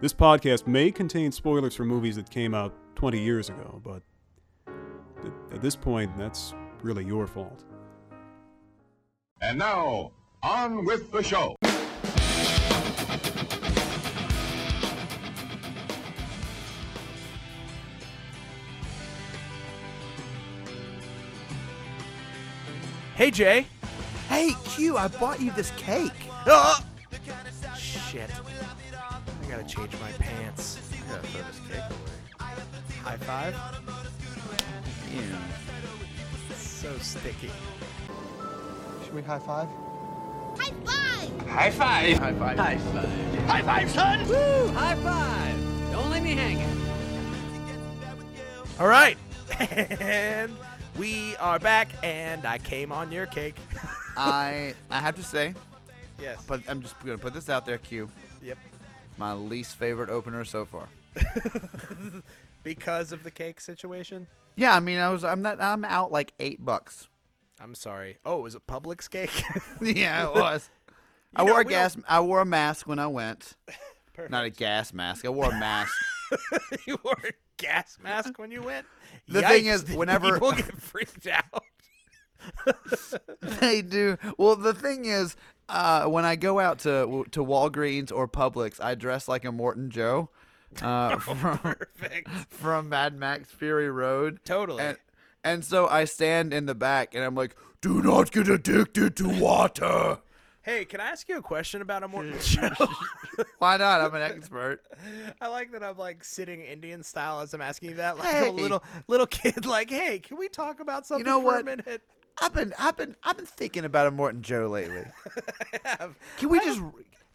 this podcast may contain spoilers for movies that came out 20 years ago, but at- at this point, that's really your fault. And now, on with the show. Hey, Jay. Hey, Q, I bought you this cake. Uh, Ah! Shit. I gotta change my pants. I gotta throw this cake away. High five. Ew. So sticky. Should we high five? High five! All right. and we are back, and I came on your cake. I I have to say, Yes. but I'm just gonna put this out there, Q. yep. My least favorite opener so far. Because of the cake situation. Yeah, I mean, I was I'm not I'm out like eight bucks. I'm sorry. Oh, it was a Publix cake? yeah, it was. I You know, wore a we don't- gas. I wore a mask when I went. Not a gas mask. I wore a mask. you wore a gas mask when you went? The thing Yikes, is, whenever- people get freaked out. they do. Well, the thing is, uh, when I go out to to Walgreens or Publix, I dress like a Morton Joe uh, from, Perfect. from Mad Max Fury Road. Totally. And, and so I stand in the back and I'm like, do not get addicted to water. Hey, can I ask you a question about a Morton show? Why not? I'm an expert. I like that I'm like sitting Indian style as I'm asking you that, like Hey. a little little kid, like, "Hey, can we talk about something know for a what? minute?" I've been, I've been, I've been thinking about a Morton Joe lately. Can we just?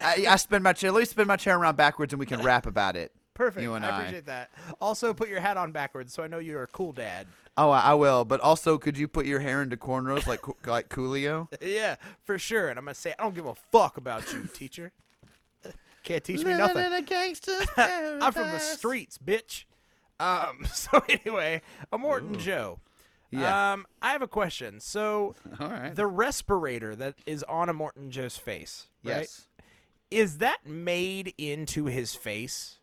I, I spin my chair. Let me spin my chair around backwards and we can rap about it. Perfect. You and I I. appreciate that. Also, put your hat on backwards, so I know you're a cool dad. Oh, I, I will. But also, could you put your hair into cornrows like Coo- like Coolio? Yeah, for sure. And I'm gonna say, I don't give a fuck about you, teacher. Can't teach me Living nothing. in a gangster's I'm from the paradise. streets, bitch. Um. So anyway, a Morton Joe. Yeah. Um. I have a question. So, All right. the respirator that is on a Morton Joe's face, right? Yes. is that made into his face?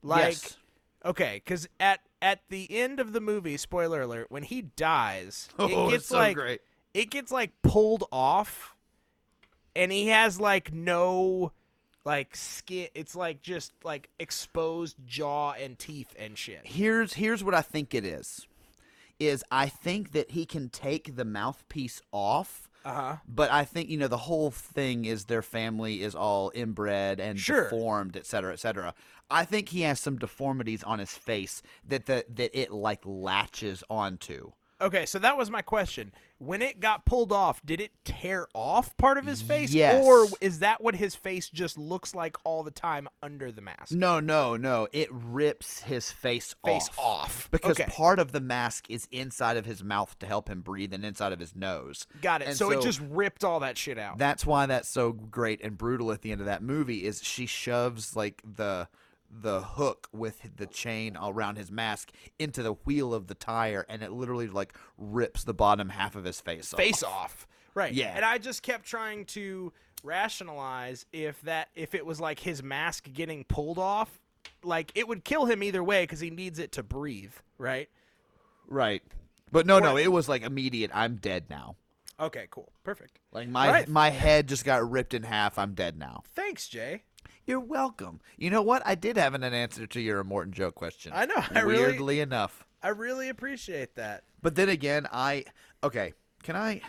Like, Yes. okay, because at at the end of the movie, spoiler alert, when he dies, Oh, it it's gets so like great. it gets like pulled off, and he has like no like skin. It's like just like exposed jaw and teeth and shit. here's here's what I think it is. Is I think that he can take the mouthpiece off. Uh-huh. But I think you know the whole thing is their family is all inbred and Sure. deformed, et cetera, et cetera. I think he has some deformities on his face that the that it like latches onto. Okay, so that was my question. When it got pulled off, did it tear off part of his face, Yes. or is that what his face just looks like all the time under the mask? No, no, no. It rips his face, Face off. off. because Okay. part of the mask is inside of his mouth to help him breathe and inside of his nose. Got it. And So, it just ripped all that shit out. that's why that's so great and brutal at the end of that movie is she shoves like the the hook with the chain around his mask into the wheel of the tire and it literally like rips the bottom half of his face off. Face off. Right. Yeah. And I just kept trying to rationalize if that if it was like his mask getting pulled off, like it would kill him either way because he needs it to breathe. Right. Right. But no, no, it was like immediate I'm dead now. Okay. Cool. Perfect. Like my Right. my head just got ripped in half. I'm dead now. Thanks, Jay. You're welcome. You know what? I did have an answer to your Morton Joe question. I know, I really- Weirdly enough. I really appreciate that. But then again, I okay. Can I?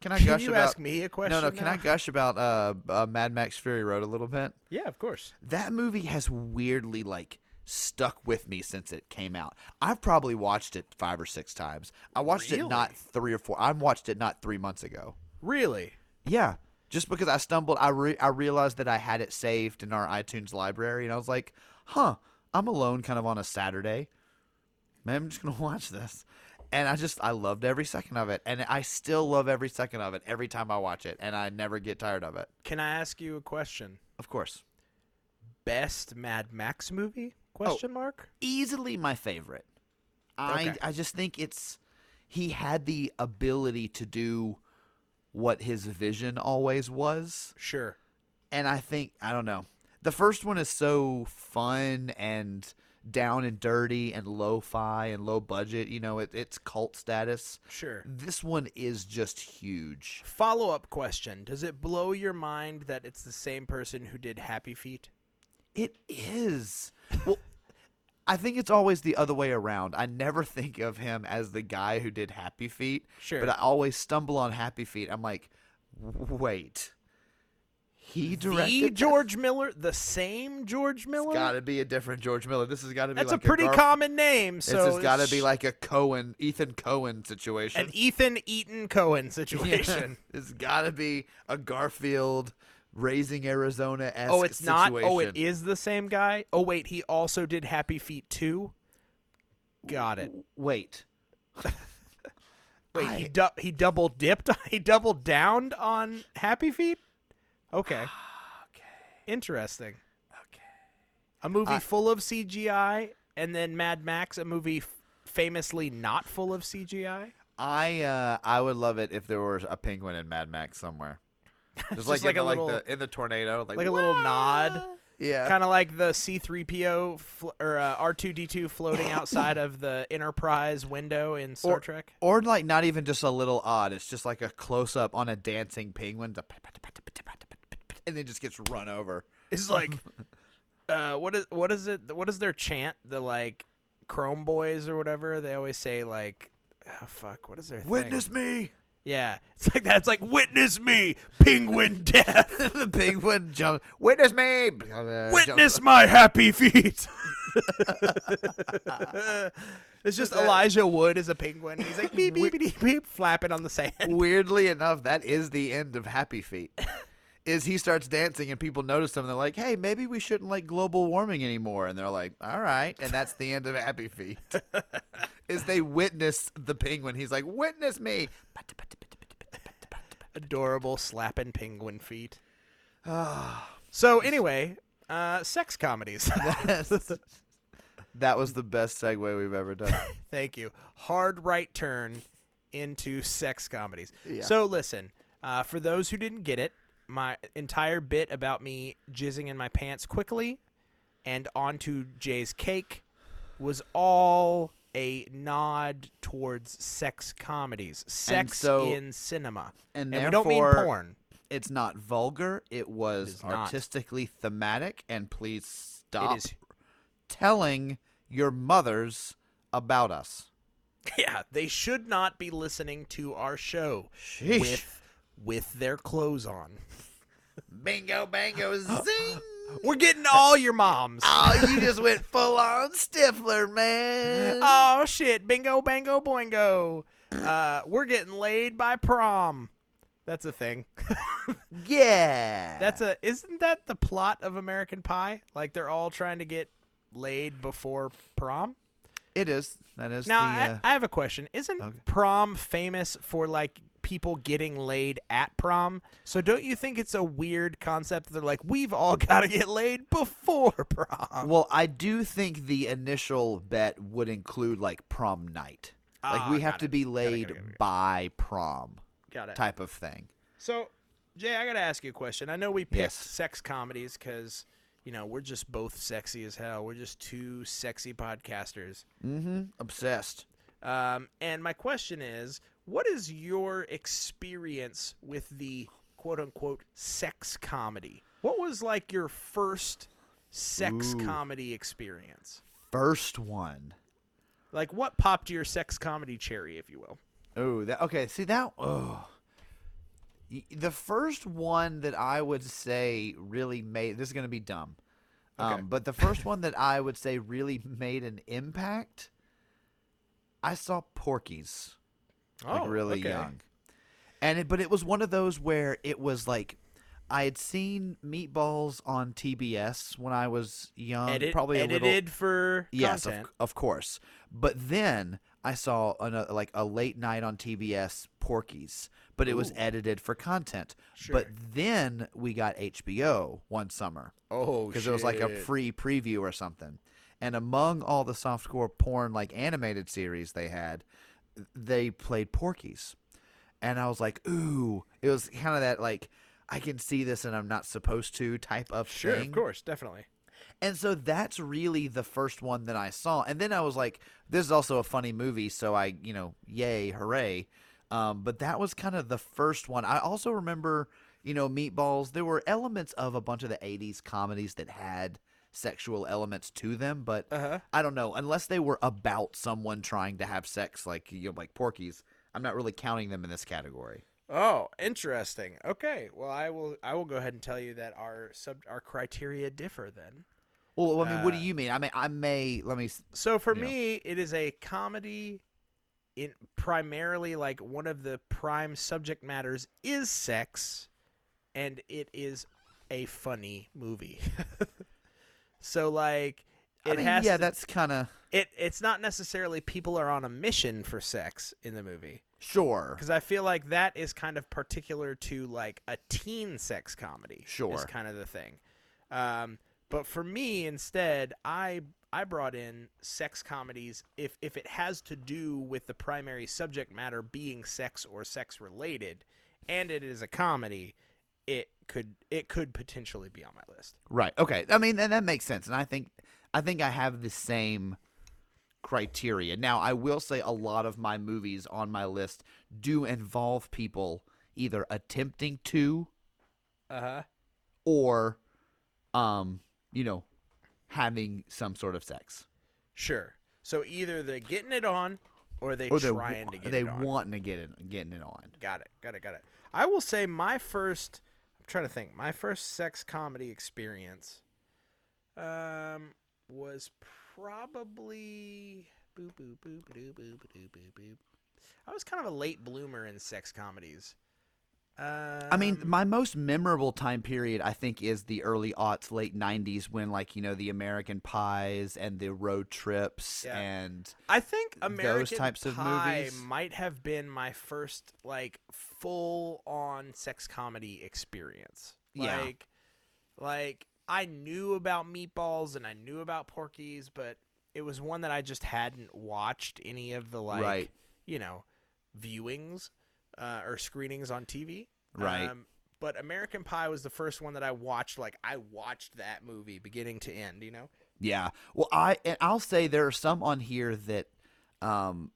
Can I Can gush you about? ask me a question No, no. Can I now? gush about uh, uh Mad Max Fury Road a little bit? Yeah. Of course. That movie has weirdly like stuck with me since it came out. I've probably watched it five or six times. I watched it not three or four. I watched it not three months ago. Really. Yeah. Just because I stumbled, I re- I realized that I had it saved in our iTunes library, and I was like, "Huh, I'm alone kind of on a Saturday. Man, I'm just gonna watch this. And I just I loved every second of it. And I still love every second of it every time I watch it. And I never get tired of it. Can I ask you a question? Of course. Best Mad Max movie? Oh. Question mark. Easily my favorite. Okay. I I just think it's he had the ability to do what his vision always was. Sure. and I think I don't know. The first one is so fun and down and dirty and lo-fi and low budget. You know, it, it's cult status. Sure. This one is just huge. Follow up question: Does it blow your mind that it's the same person who did Happy Feet? It is. Well, I think it's always the other way around. I never think of him as the guy who did Happy Feet, Sure. but I always stumble on Happy Feet. I'm like, wait, he directed The this? George Miller, the same George Miller. It's got to be a different George Miller. This has got to be That's like a pretty Garf- common name. So this has got to be it's like a Cohen, Ethan Cohen an situation. Ethan Eaton Cohen Yeah. situation. it's got to be a Garfield raising Arizona esque. Oh, it's not. Oh, it is the same guy. Oh, wait, he also did Happy Feet too. Got it. Wait. Wait, he I- du- he double dipped. He double downed on Happy Feet. Okay. okay. Interesting. Ah, Okay. Uh, A movie I- full of CGI, and then Mad Max, a movie f- famously not full of CGI. I uh, I would love it if there was a penguin in Mad Max somewhere. Just, like, like a in the, little- like the, in the tornado, like, Like a little nod, yeah, kind of like the C-3PO fl- or uh, R2D2 floating outside of the Enterprise window in Star Or- Trek. or like not even just a little odd. It's just like a close up on a dancing penguin, the- and then just gets run over. It's like, uh, what is what is it? What is their chant? The like, Chrome Boys or whatever. They always say like, oh, fuck. What is their Witness Thing? me. Yeah, it's like that. It's like witness me, penguin death. the penguin jumps. Witness me. Witness my happy feet. it's just Elijah Wood is a penguin. He's like beep beep beep beep flapping on the sand. Weirdly enough, that is the end of Happy Feet. Is he starts dancing and people notice him and they're like, "Hey, maybe we shouldn't like global warming anymore." And they're like, "All right," and that's the end of Happy Feet. is they witness the penguin? He's like, "Witness me." Adorable slapping penguin feet. Ah. so anyway, uh, sex comedies. that was the best segue we've ever done. Thank you. Hard right turn into sex comedies. So listen, uh, for those who didn't get it, my entire bit about me jizzing in my pants quickly and onto Jay's cake was all a nod towards sex comedies, sex so- in cinema, and we don't mean therefore- porn. It's not vulgar. It was is not. artistically thematic. And please stop It is, telling your mothers about us. yeah. They should not be listening to our show Sheesh. with with their clothes on. Bingo, bango, zing! We're getting all your moms. oh, you just went full on Stifler, man. Oh shit! Bingo, bango, boingo. Uh, we're getting laid by prom. That's a thing. yeah. That's a. Isn't that the plot of American Pie? Like they're all trying to get laid before prom. it is. That is Now the. uh, I, I have a question. Isn't okay. prom famous for like people getting laid at prom? So don't you think it's a weird concept? that They're like, we've all got to get laid before prom. well, I do think the initial bet would include like prom night. Like Ah, we have got to it. be Got it, got it, laid got it, got it. by prom Got it. type of thing. So, Jay, I got to ask you a question. I know we picked Yes. sex comedies because, you know, we're just both sexy as hell. We're just two sexy podcasters. Mm-hmm. Obsessed. Um, and my question is what is your experience with the quote unquote sex comedy? What was like your first sex comedy experience? First one. Like, what popped your sex comedy cherry, if you will? Oh, that okay. See that. Oh, Y- the first one that I would say really made this is going to be dumb, um, but the first one that I would say really made an impact. I saw Porky's Oh, like really young, and it, but it was one of those where it was like I had seen Meatballs on TBS when I was young, Edit, Um, probably a edited little for yes, of, content. of course. But then I saw another, like a late night on TBS Porky's, but it was edited for content. Sure. But then we got HBO one summer Oh, because it was like a shit. free preview or something. And among all the softcore porn like animated series they had, they played Porky's, and I was like, ooh, it was kind of that like. I can see this and I'm not supposed to type of Sure, thing. of course, definitely. And so that's really the first one that I saw. And then I was like, this is also a funny movie. So I, you know, yay, hooray. Um, but that was kind of the first one. I also remember, you know, Meatballs. There were elements of a bunch of the 80s comedies that had sexual elements to them. But Uh-huh. I don't know, unless they were about someone trying to have sex, like, you know, like Porky's, I'm not really counting them in this category. Oh, interesting. Okay, well, I will. I will go ahead and tell you that our sub our criteria differ then. Well, I mean, what do Uh, you mean? I mean, I may, let me, s- So for Yeah. me, it is a comedy. In primarily, like one of the prime subject matters is sex, and it is a funny movie. so like, I it mean, has yeah, to- that's kind of, it. It's not necessarily people are on a mission for sex in the movie sure. because I feel like that is kind of particular to like a teen sex comedy. is Sure. kind of the thing. Um, but for me, instead, I I brought in sex comedies if if it has to do with the primary subject matter being sex or sex related, and it is a comedy, it could it could potentially be on my list. Right. Okay. I mean, and that makes sense. And I think, I think I have the same criteria. Now, I will say a lot of my movies on my list do involve people either attempting to Uh Uh-huh. huh. or, um, you know, having some sort of sex Sure. So either they're getting it on, or they or they trying to get they it on. wanting to get it getting it on. Got it. Got it. Got it. I will say my first. I'm trying to think. My first sex comedy experience, um, was probably boop boop boop boop boop boop boop boop. I was kind of a late bloomer in sex comedies. Um, I mean, my most memorable time period, I think, is the early aughts, late '90s, when like you know the American Pies and the road trips Yeah. and I think American types of Pie movies? might have been my first like full on sex comedy experience. Yeah. Like like I knew about meatballs and I knew about porkies, but it was one that I just hadn't watched any of the like Right. you know, viewings uh, or screenings on TV. Right. but American Pie was the first one that I watched. Like I watched that movie beginning to end. You know. Yeah. Well, I and I'll say there are some on here that um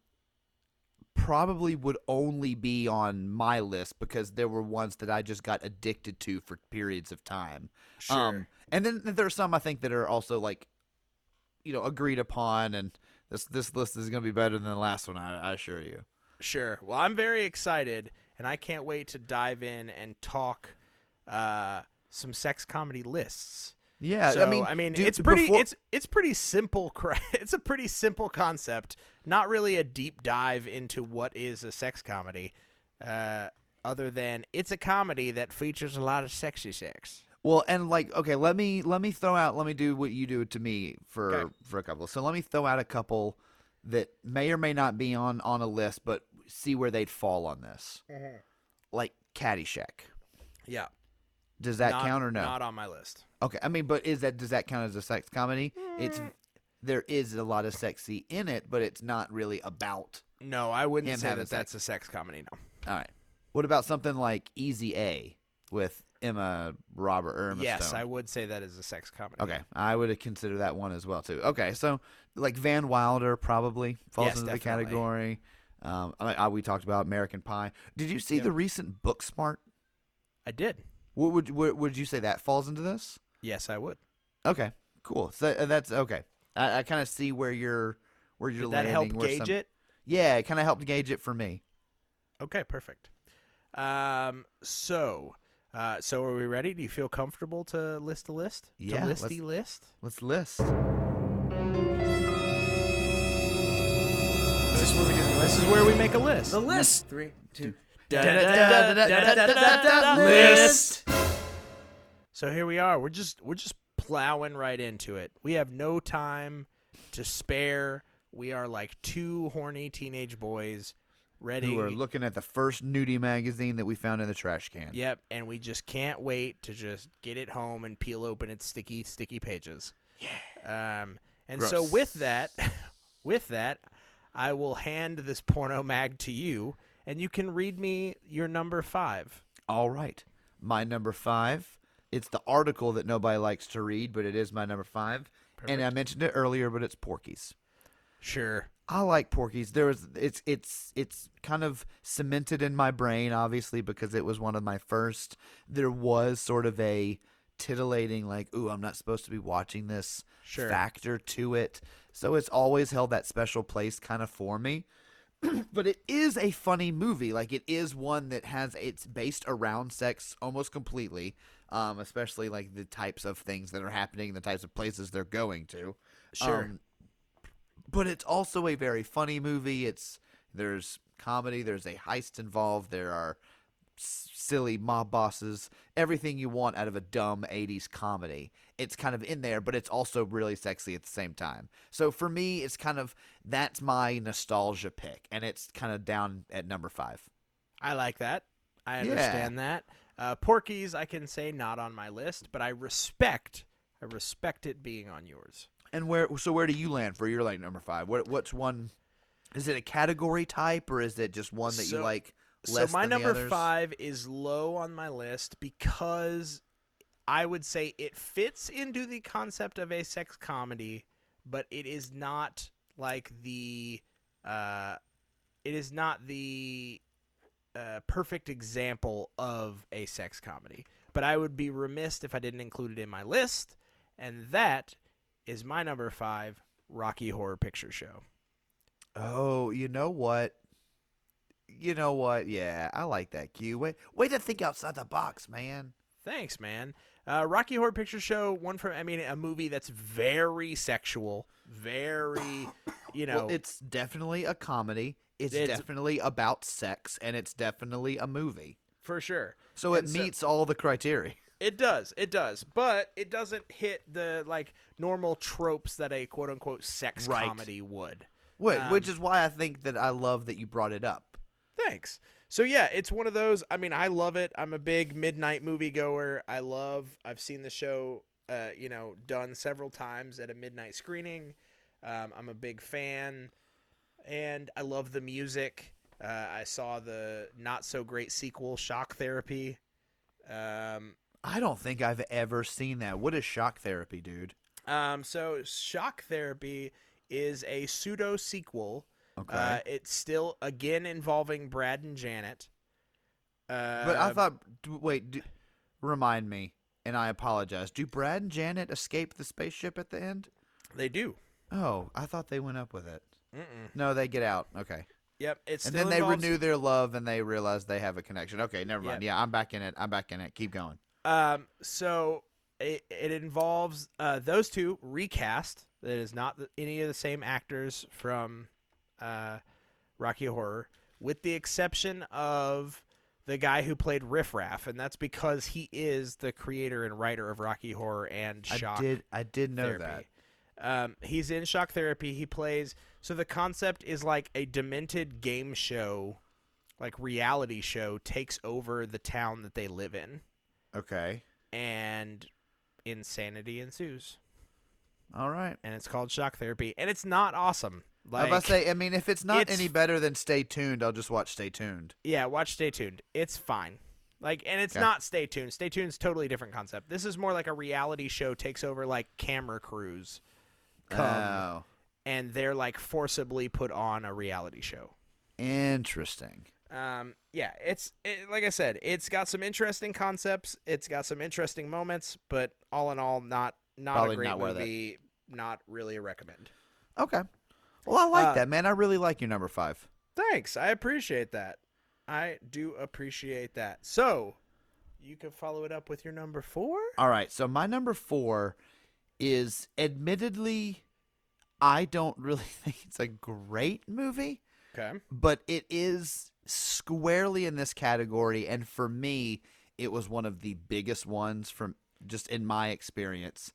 probably would only be on my list because there were ones that I just got addicted to for periods of time. Um and then there are some I think that are also like you know, agreed upon and this this list is going to be better than the last one, I, I assure you. Sure. Well, I'm very excited, and I can't wait to dive in and talk uh, some sex comedy lists. Yeah, so, I mean, do- it's pretty, before- it's it's pretty simple. cra- It's a pretty simple concept. Not really a deep dive into what is a sex comedy, uh, other than it's a comedy that features a lot of sexy sex. Well, and like, okay, let me let me throw out, let me do what you do to me for Okay. for a couple. So let me throw out a couple that may or may not be on on a list, but see where they'd fall on this. Mm-hmm. Like Caddyshack, Yeah. does that not, count or no? Not on my list. okay, I mean, but is that does that count as a sex comedy? It's Mm. there is a lot of sexy in it, but it's not really about. No, I wouldn't Him say having that that's a sex comedy. No. All right, what about something like Easy A with Emma Robert or Emma yes, Stone? I would say that is a sex comedy. Okay, I would consider that one as well too. Okay, so like Van Wilder probably falls Yes, into definitely. the category. Um, I, I- we talked about American Pie. Did you see the recent Booksmart? I did. What would what, would you say that falls into this? Yes, I would. Okay, cool. So uh, that's okay. I, I kind of see where you're where you're Did that help landing. where gauge some- it? Yeah, it kind of helped gauge it for me. Okay, perfect. Um, so, uh, so are we ready? Do you feel comfortable to list a list? Yeah, To list let's- the list. Let's list. Is this where we do the list? This is where we make a list. list. Three, two. List. So here we are. We're just we're just plowing right into it. We have no time to spare. We are like two horny teenage boys ready. Who are looking at the first nudie magazine that we found in the trash can. Yep, and we just can't wait to just get it home and peel open its sticky, sticky pages. Yeah. Um, and so Gross. with that, with that, I will hand this porno mag to you, and you can read me your number five. All right. My number five. It's the article that nobody likes to read, but it is my number five. And I mentioned it earlier, but it's Porky's. Sure. I like Porky's. There was it's it's it's kind of cemented in my brain, obviously, because it was one of my first. There was sort of a titillating, like, "Ooh, I'm not supposed to be watching this." Sure. Factor to it, so it's always held that special place kind of for me. but it is a funny movie. Like it is one that has it's based around sex almost completely, um, especially like the types of things that are happening, the types of places they're going to. Sure. Um, but it's also a very funny movie. It's there's comedy, there's a heist involved, there are s- silly mob bosses, everything you want out of a dumb 80s comedy. It's kind of in there, but it's also really sexy at the same time. So for me, it's kind of that's my nostalgia pick and it's kind of down at number 5. I like that. I Yeah. understand that. Uh, Porky's, I can say not on my list, but I respect, I respect it being on yours. And where so where do you land for your like number 5? What what's one is it a category type or is it just one that So- you like so less my than the number others? five is low on my list because I would say it fits into the concept of a sex comedy, but it is not like the, uh, it is not the uh, perfect example of a sex comedy. But I would be remiss if I didn't include it in my list, and that is my number five, Rocky Horror Picture Show. Oh, you know what? You know what? Yeah, I like that Q. Way, way to think outside the box, man. Thanks, man. Uh, Rocky Horror Picture Show, one from, I mean, a movie that's very sexual, very, you know, Well, it's definitely a comedy. It's, It's- definitely about sex, and it's definitely a movie. for sure. So it And meets all the criteria. It does, it does, but it doesn't hit the like normal tropes that a quote unquote sex Right. comedy would. Which, which is why I think that I love that you brought it up. Thanks. So yeah, it's one of those. I mean, I love it. I'm a big midnight movie goer. I love. I've seen the show, uh, you know, done several times at a midnight screening. Um, I'm a big fan, and I love the music. Uh, I saw the not so great sequel, Shock Therapy. Um, I don't think I've ever seen that. What is shock therapy, dude? um, so Shock Therapy is a pseudo sequel. Uh, it's still again involving Brad and Janet. Uh, but I thought. d- Wait, do, remind me, and I apologize. Do Brad and Janet escape the spaceship at the end? They do. Oh, I thought they went up with it. No, they get out. Okay. Yep. It's And still then they involves- renew their love and they realize they have a connection. Okay, never Yep. mind. Yeah, I'm back in it. I'm back in it. Keep going. Um. So it, it involves uh, those two recast. That is not the, any of the same actors from uh, Rocky Horror, with the exception of the guy who played Riff Raff, and that's because he is the creator and writer of Rocky Horror and Shock. I did I did know that. therapy. Um, he's in shock therapy. He plays. So the concept is like a demented game show, like reality show, takes over the town that they live in, Okay. and insanity ensues. All right. And it's called shock therapy, and it's not awesome. Like, if I say I mean if it's not it's- any better than stay tuned, I'll just watch stay tuned. yeah, watch. Stay tuned. It's fine. Like, and it's Okay. not stay tuned. Stay tuned's totally different concept. This is more like a reality show takes over, like camera crews, come, Oh. and they're like forcibly put on a reality show. Interesting. um, yeah, it's it, like I said, it's got some interesting concepts, it's got some interesting moments, but all in all, not not a Probably great not worth it. movie. Not really a recommend. Okay. Well, I like Uh, that, man. I really like your number five. Thanks, I appreciate that. I do appreciate that. So, you can follow it up with your number four. All right. So my number four is admittedly I don't really think it's a great movie. Okay. but it is squarely in this category and for me it was one of the biggest ones from just in my experience,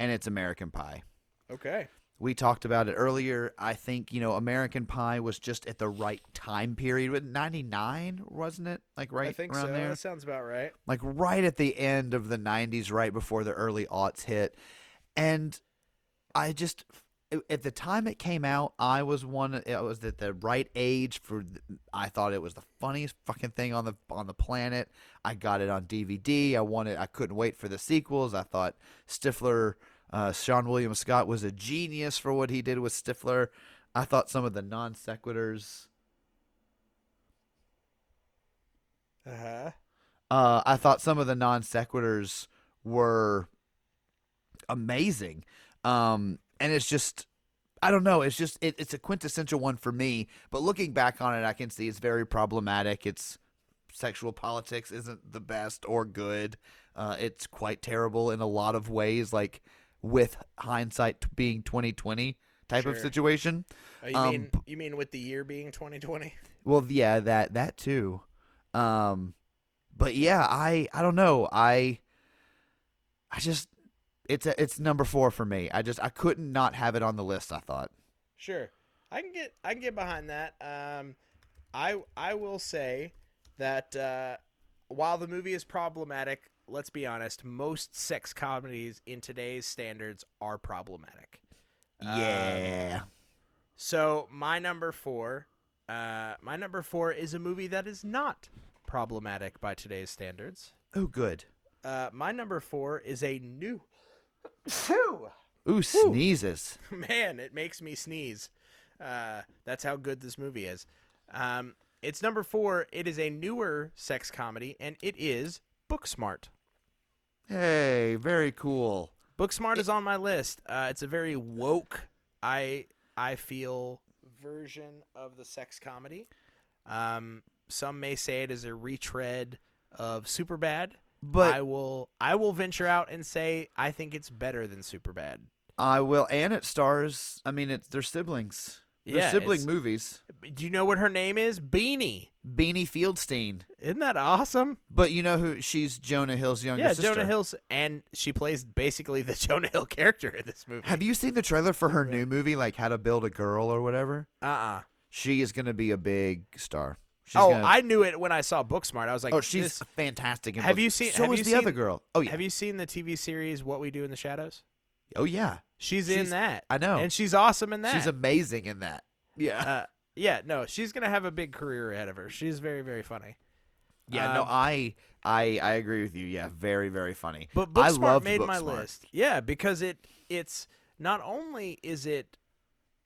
and it's American Pie. Okay. We talked about it earlier. I think, you know, American Pie was just at the right time period. With 99, wasn't it? Like right I think around so. there? That sounds about right. like right at the end of the 90s right before the early aughts hit and i just at the time it came out i was one i was at the right age for i thought it was the funniest fucking thing on the on the planet i got it on dvd i wanted i couldn't wait for the sequels i thought stifler uh, sean william scott was a genius for what he did with stifler i thought some of the non sequiturs Uh huh. uh, I thought some of the non sequiturs were amazing. Um, and it's just, I don't know. It's just, it, it's a quintessential one for me. But looking back on it, I can see it's very problematic. It's sexual politics isn't the best or good. Uh, it's quite terrible in a lot of ways, like with hindsight t- being 2020 type of Sure. situation. Oh, you Um, mean you mean with the year being 2020? Well, yeah, that that too. Um but yeah, I I don't know. I I just it's a, it's number 4 for me. I just I couldn't not have it on the list, I thought. Sure. I can get I can get behind that. Um, I I will say that uh, while the movie is problematic, let's be honest, most sex comedies in today's standards are problematic. Um, Yeah. So my number four, uh, my number four is a movie that is not problematic by today's standards. oh good. Uh, my number four is a new. Ooh, sneezes. man, it makes me sneeze. Uh, that's how good this movie is. Um, it's number four. It is a newer sex comedy, and it is Booksmart. Hey, very cool. Booksmart is on my list. Uh, it's a very woke, I I feel version of the sex comedy. Um, some may say it is a retread of Superbad, But- I will I will venture out and say I think it's better than Superbad. I will and it stars, I mean it's they're siblings. They're Yeah, sibling it's- movies. Do you know what her name is? Beanie. Beanie Fieldstein. Isn't that awesome? But you know who she's Jonah Hill's younger yeah, sister. Jonah Hill's, and she plays basically the Jonah Hill character in this movie. Have you seen the trailer for her new movie like How to Build a Girl or whatever? Uh uh she is going to be a big star. She's Oh, gonna- I knew it when I saw Booksmart. I was like, oh, she's this- fantastic. in Have Blue- you seen- So have is you the seen- other girl. Oh yeah. Have you seen the TV series What We Do in the Shadows? oh yeah. She's, She's- in that. I know. and she's awesome in that. She's amazing in that. Yeah. uh, yeah, no, she's gonna have a big career ahead of her. She's very, very funny. yeah. no, um, I I I agree with you. Yeah. Very very funny. But I Booksmart loved made my Booksmart. list. Yeah, because it it's not only is it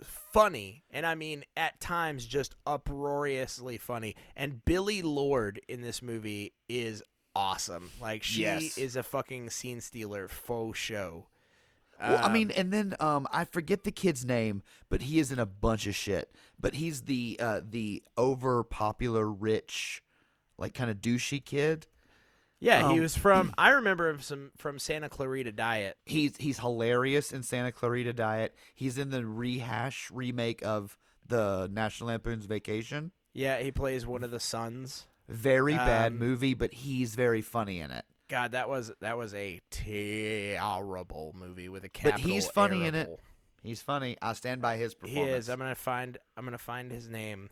funny, and I mean at times just uproariously funny. And Billy Lord in this movie is awesome. Like she Yes. is a fucking scene stealer faux show. Well, I Um, mean, and then um, I forget the kid's name, but he is in a bunch of shit. But he's the uh, the overpopular rich, like kind of douchey kid. yeah, he um, was from. I remember him some from Santa Clarita Diet. he's he's hilarious in Santa Clarita Diet. He's in the rehash remake of the National Lampoon's Vacation. Yeah, he plays one of the sons. Very bad Um, movie, but he's very funny in it. God, that was that was a terrible movie with a But capital. he's funny in it. terrible. He's funny. I stand by his He performance. is. I'm gonna find. I'm gonna find his name.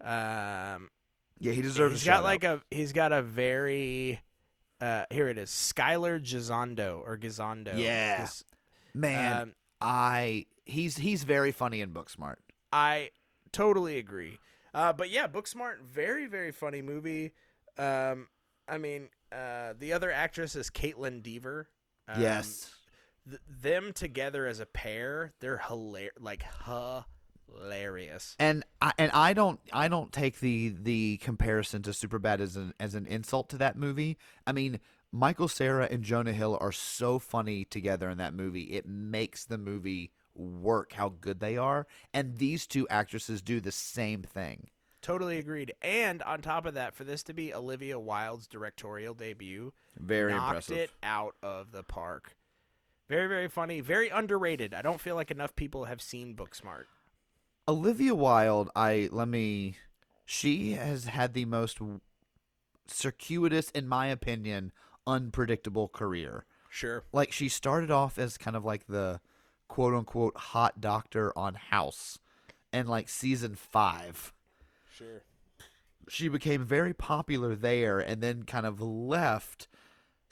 Um, yeah, he deserves. he's a got shout-out. like a. He's got a very. Uh, here it is, Skylar Gizondo or Gizondo. Yeah. Giz- man. um, I he's he's very funny in Booksmart. I totally agree. Uh, but yeah, Booksmart, very very funny movie. Um, I mean, uh, the other actress is Caitlin Deaver. Um, yes, th- them together as a pair, they're hilarious. Like hilarious. and I and I don't I don't take the the comparison to Superbad as an as an insult to that movie. I mean, Michael Sarah and Jonah Hill are so funny together in that movie. It makes the movie work how good they are, and these two actresses do the same thing. Totally agreed. And on top of that, for this to be Olivia Wilde's directorial debut, Very knocked it out of the park. Very, very funny. Very underrated. I don't feel like enough people have seen Booksmart. Olivia Wilde, I let me she has had the most circuitous in my opinion unpredictable career. Sure. like she started off as kind of like the quote unquote hot doctor on House, and like season five, Sure. she became very popular there, and then kind of left.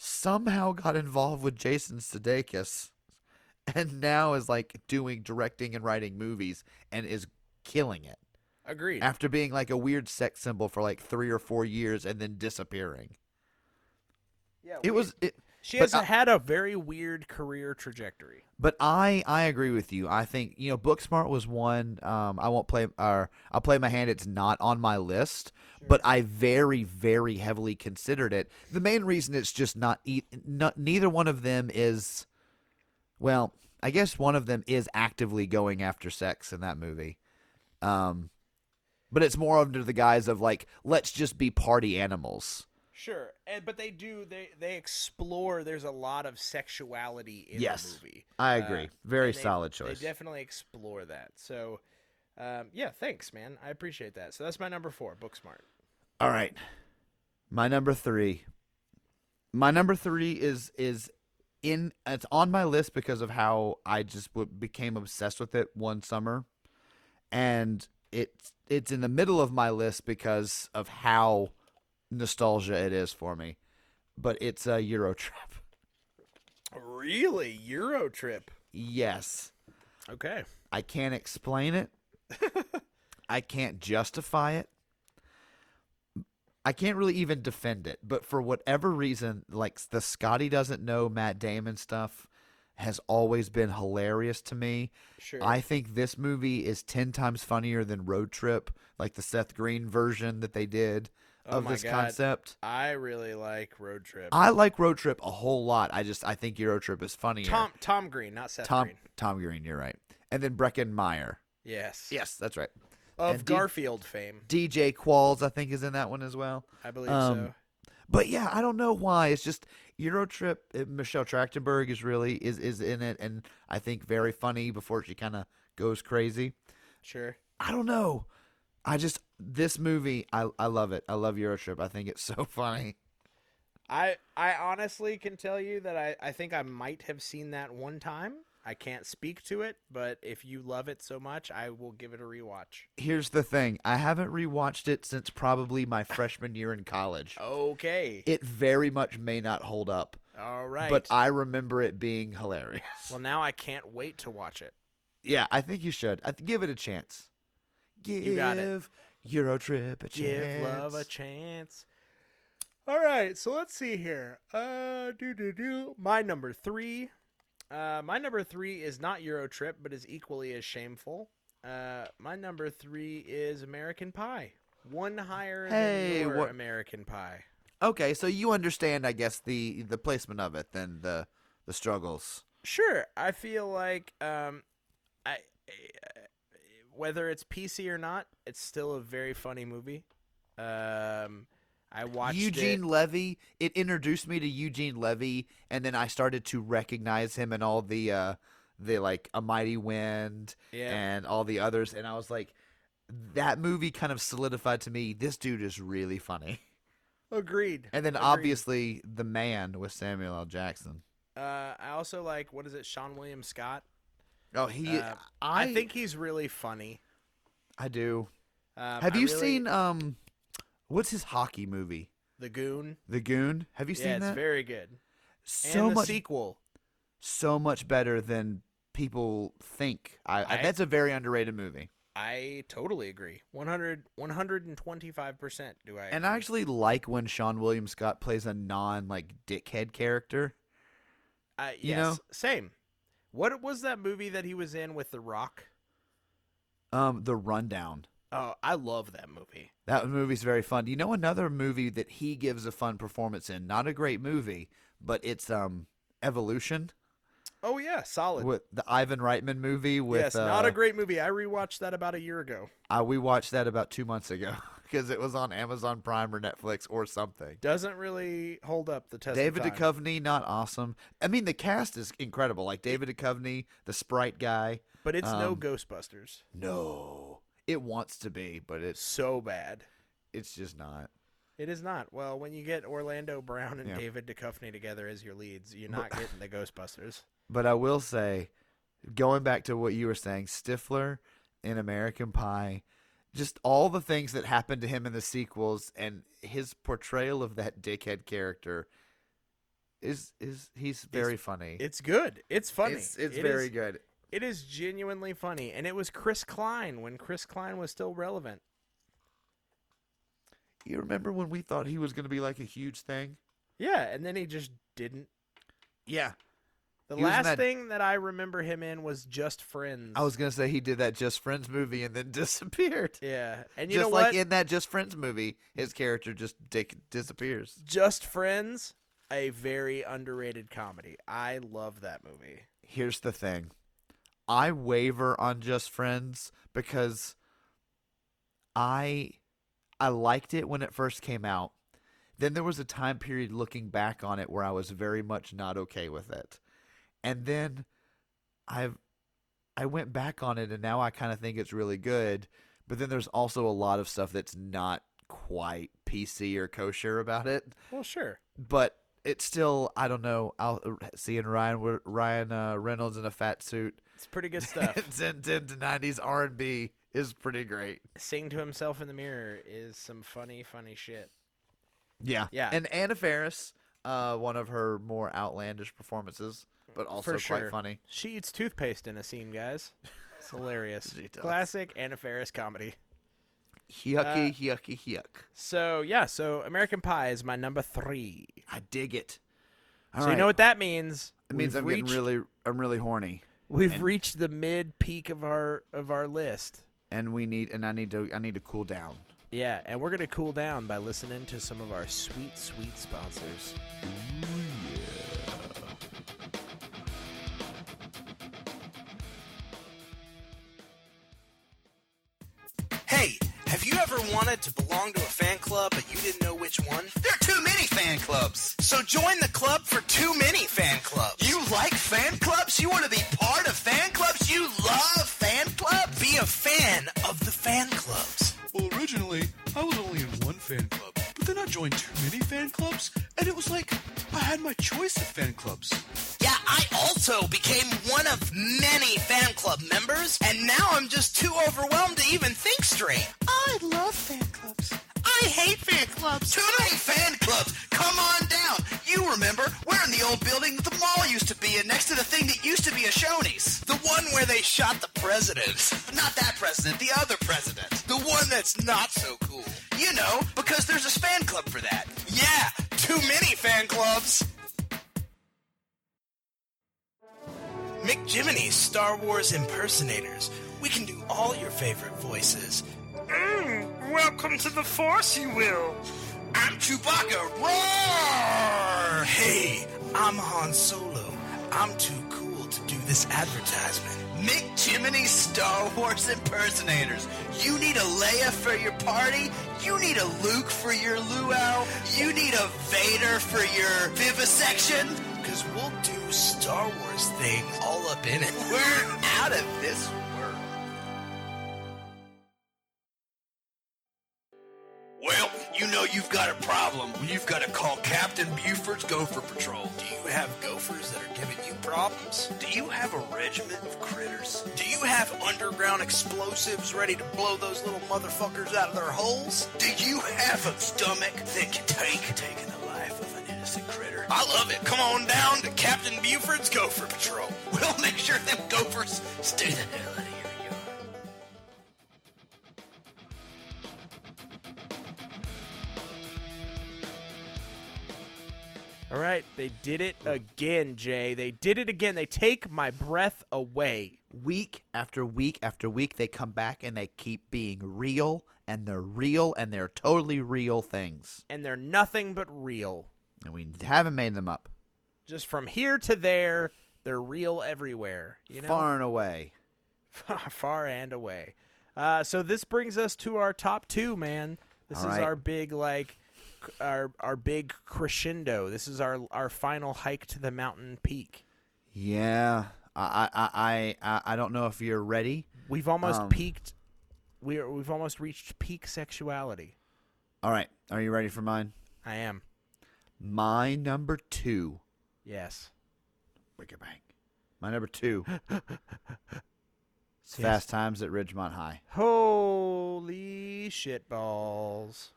Somehow got involved with Jason Sudeikis, and now is like doing directing and writing movies, and is killing it Agreed. after being like a weird sex symbol for like three or four years and then disappearing. Yeah, it was. It, She but has I- had a very weird career trajectory. But I I agree with you. I think you know Booksmart was one. Um, I won't play or I'll play my hand. It's not on my list, but I very very heavily considered it. The main reason it's just not eat. Not, neither one of them is. Well, I guess one of them is actively going after sex in that movie. Um, but it's more under the guise of like let's just be party animals. Sure, and but they do they they explore. There's a lot of sexuality in Yes, the movie. I Uh, agree. very and they- solid They choice. definitely explore that. So, um, yeah, thanks, man. I appreciate that. So that's my number four, Booksmart. All right. My number three. My number three is is in it's on my list because of how I just w- became obsessed with it one summer, and it's it's in the middle of my list because of how nostalgia it is for me. But it's a Euro trip. Really, Euro trip. Yes, Okay. I can't explain it. I can't justify it. I can't really even defend it. But for whatever reason, like the Scotty doesn't know Matt Damon stuff has always been hilarious to me. Sure. I think this movie is 10 times funnier than Road Trip, like the Seth Green version that they did Oh of my this God. concept. I really like Road Trip. I like Road Trip a whole lot. I just I think Euro Trip is funnier. Tom Tom Green, not Seth Tom Green. Tom Green, you're right. And then Brecken Meyer. Yes. Yes, that's right. Of And did- Garfield fame, DJ Qualls, I think, is in that one as well. I believe Um, so. But yeah, I don't know why. It's just Eurotrip. uh, Michelle Trachtenberg is really is is in it, and I think very funny before she kind of goes crazy. Sure. I don't know. I just this movie, I I love it. I love Eurotrip. I think it's so funny. I I honestly can tell you that I, I think I might have seen that one time. I can't speak to it, but if you love it so much, I will give it a rewatch. Here's the thing: I haven't rewatched it since probably my freshman year in college. Okay. It very much may not hold up, All right. but I remember it being hilarious. well, now I can't wait to watch it. Yeah, I think you should. I th- give it a chance. Give got it. Eurotrip a chance. Give love a chance. All right, so let's see here. Uh, do do do. My number three. Uh, my number three is not Euro Trip, but is equally as shameful. Uh, my number three is American Pie. One higher Hey, than your what- American Pie. Okay, so you understand, I guess, the the placement of it, then the the struggles. Sure, I feel like um, I, I- whether it's PC or not, it's still a very funny movie. Um, I watched it- Eugene Levy. It introduced me to Eugene Levy, and then I started to recognize him and all the uh the like a mighty wind Yeah. and all the others, and I was like, that movie kind of solidified to me. This dude is really funny. Agreed. And then Agreed. obviously the man with Samuel L. Jackson. uh, I also like what is it, Sean William Scott? Oh, he. Uh, I, I think he's really funny. I do. Um, Have I you really- seen um, what's his hockey movie? The Goon? The Goon. Have you yeah, seen it's that? very good. so and the much, sequel. so much better than people think. I, I, I- that's a very underrated movie, I totally agree. 100, 125% do I and I agree. actually like when Sean William Scott plays a non like dickhead character. Uh, yes, You know? same. What was that movie that he was in with The Rock? Um, The Rundown. Oh, I love that movie. That movie's very fun. You know another movie that he gives a fun performance in? Not a great movie, but it's um Evolution Oh yeah, solid. with the Ivan Reitman movie with yes, not uh, a great movie. I rewatched that about a year ago. Uh, we watched that about two months ago because it was on Amazon Prime or Netflix or something. Doesn't really hold up the test. of David time. Duchovny, not awesome. I mean, the cast is incredible. Like David Duchovny, the sprite guy. but it's no um, Ghostbusters. No, it wants to be, but it's So bad. it's just not. It is not. Well, when you get Orlando Brown and Yeah. David Duchovny together as your leads, you're not getting the Ghostbusters. But I will say, going back to what you were saying, Stifler in American Pie, just all the things that happened to him in the sequels and his portrayal of that dickhead character is is he's very funny. It's good. It's funny. It's, it's It very is- good. It is genuinely funny, and it was Chris Klein when Chris Klein was still relevant. You remember when we thought he was going to be like a huge thing? Yeah, and then he just didn't. Yeah. The He was in last that- thing that I remember him in was Just Friends. I was going to say he did that Just Friends movie and then disappeared. yeah, and you Just know like what? in that Just Friends movie, his character just dick disappears. Just Friends, a very underrated comedy. I love that movie. here's the thing i waver on just friends because i i liked it when it first came out then there was a time period looking back on it where i was very much not okay with it and then i've i went back on it and now i kind of think it's really good but then there's also a lot of stuff that's not quite pc or kosher about it Well, sure. but it's still I don't know. I'll uh, seeing Ryan Wi- Ryan uh, Reynolds in a fat suit. It's pretty good stuff. it's in to nineties R and B is pretty great. Sing to himself in the mirror is some funny, funny shit. Yeah, Yeah. And Anna Faris, uh, one of her more outlandish performances, but also For quite sure. funny. She eats toothpaste in a scene, guys. It's hilarious. She does. Classic Anna Faris comedy. Uh, Yucky, yucky, yuck. So yeah, so American Pie is my number three. I dig it. All so right, you know what that means? It means We've I'm reached, getting really, I'm really horny, we've reached the mid peak of our of our list. and we need, and I need to, I need to cool down. Yeah, and we're gonna cool down by listening to some of our sweet, sweet sponsors. Hey, have you ever wanted to belong to a fan club but you didn't know which one? There are too many fan clubs. So join the club for too many fan clubs. You like fan clubs? You want to be part of fan clubs? You love fan clubs? Be a fan of the fan clubs. Well, originally, I was only in one fan club, but then I joined too many fan clubs, and it was like I had my choice of fan clubs. Yeah, I also became one of many fan club members, and now I'm just too overwhelmed to even think straight. Oh, I love fan clubs. I hate fan clubs. Too many fan clubs. Come on down. You remember, we're in the old building that the mall used to be in, next to the thing that used to be a Shoney's. The one where they shot the president. Not that president, the other president. The one that's not so cool. You know, because there's a fan club for that. Yeah, too many fan clubs. McJiminy Star Wars impersonators. We can do all your favorite voices. Mm, welcome to the Force, you will. I'm Chewbacca. Roar! Hey, I'm Han Solo. I'm too cool to do this advertisement. McJiminy Star Wars impersonators. You need a Leia for your party. You need a Luke for your luau. You need a Vader for your vivisection because we'll do Star Wars things all up in it. We're out of this world. Well, you know you've got a problem when you've got to call Captain Buford's Gopher Patrol. Do you have gophers that are giving you problems? Do you have a regiment of critters? Do you have underground explosives ready to blow those little motherfuckers out of their holes? Do you have a stomach that can take taking the life of an innocent critter? I love it. Come on down to Captain Buford's Gopher Patrol. We'll make sure them gophers stay the hell out of your yard. All right, they did it again, Jay. They did it again. They take my breath away. Week after week after week, they come back and they keep being real, and they're real, and they're totally real things, And they're nothing but real. and we haven't made them up. Just from here to there, they're real everywhere. You know? Far and away. far, far and away. Uh, so this brings us to our top two, man. This All is right. our big like, c- our our big crescendo. This is our our final hike to the mountain peak. Yeah, I I I I, I don't know if you're ready. We've almost Um, peaked. We are, we've almost reached peak sexuality. All right. Are you ready for mine? I am. My number two. Yes. Break your bank. My number two. it's Yes. Fast Times at Ridgemont High. Holy shit balls.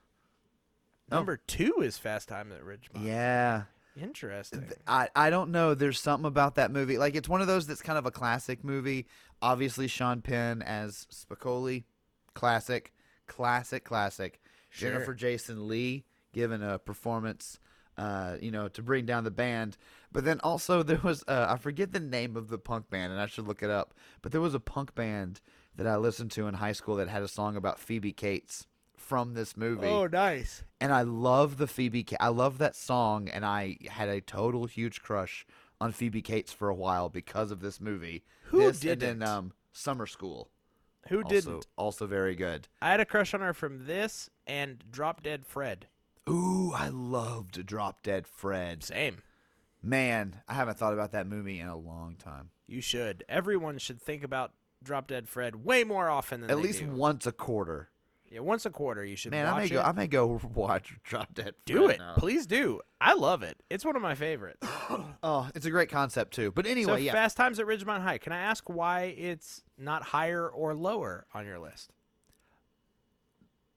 Oh. Number two is Fast Times at Ridgemont. Yeah. Interesting. Th- I, I don't know. There's something about that movie. Like it's one of those that's kind of a classic movie. Obviously, Sean Penn as Spicoli, classic, classic, classic. Jennifer Sure. Jason Lee giving a performance, uh, you know, to bring down the band. But then also there was uh, I forget the name of the punk band, and I should look it up. But there was a punk band that I listened to in high school that had a song about Phoebe Cates from this movie oh, nice. and I love the Phoebe. Ca- I love that song, and I had a total huge crush on Phoebe Cates for a while because of this movie. Who this And didn't? then, um, Summer School. Who also, didn't? Also very good. I had a crush on her from this and Drop Dead Fred. Ooh, I loved Drop Dead Fred. Same. Man, I haven't thought about that movie in a long time. You should. Everyone should think about Drop Dead Fred way more often than At they least do. once a quarter. Yeah, once a quarter you should Man, watch I may it. go. I may go watch Drop Dead. do Fred it. now. Please do. I love it. It's one of my favorites. Oh, it's a great concept too. But anyway, so yeah. Fast Times at Ridgemont High. Can I ask why it's not higher or lower on your list?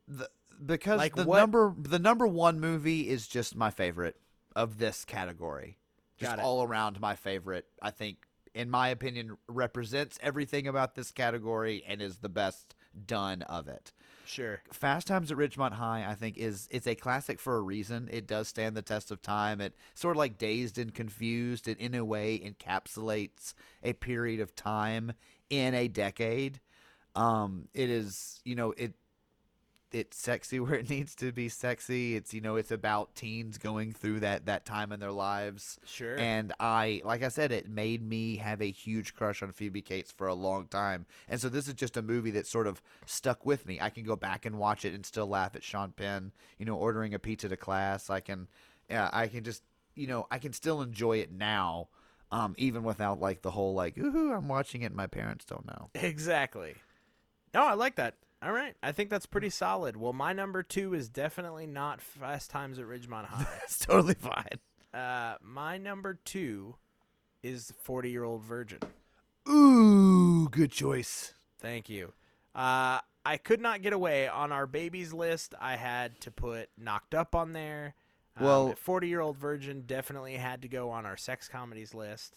the, because Like the what- number the number one movie is just my favorite of this category. Just Got it. all around my favorite. I think, in my opinion, represents everything about this category and is the best done of it. Sure. Fast Times at Ridgemont High, I think, is it's a classic for a reason. It does stand the test of time. It sort of like Dazed and Confused, it in a way encapsulates a period of time in a decade. Um, it is, you know, it it's sexy where it needs to be sexy. It's you know, it's about teens going through that that time in their lives. Sure. And I, like I said, it made me have a huge crush on Phoebe Cates for a long time. And so this is just a movie that sort of stuck with me. I can go back and watch it and still laugh at Sean Penn, you know, ordering a pizza to class. I can, yeah, I can just, you know, I can still enjoy it now, um, even without like the whole like, ooh, I'm watching it and my parents don't know. Exactly. No, I like that. All right. I think that's pretty solid. Well, my number two is definitely not Fast Times at Ridgemont High. It's totally fine. uh, my number two is 40 Year Old Virgin. Ooh, good choice. Thank you. Uh, I could not get away on our babies list. I had to put Knocked Up on there. Well- 40 Year Old Virgin definitely had to go on our sex comedies list.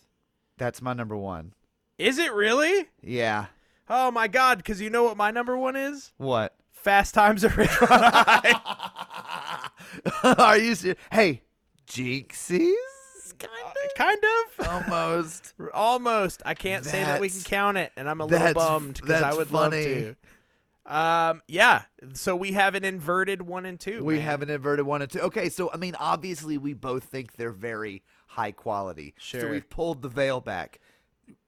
That's my number one. Is it really? Yeah. Oh my God! Because you know what my number one is? What? Fast Times at Ridgemont High. Are you serious? Hey, Jinxies? Kind Uh, kind of. of. Almost. R- Almost. I can't say that we can That's- count it, and I'm a little that's- bummed because I that's would funny. love to. Um, yeah. So we have an inverted one and two. we man. have an inverted one and two. Okay, so I mean, obviously, we both think they're very high quality. So Sure. we've pulled the veil back.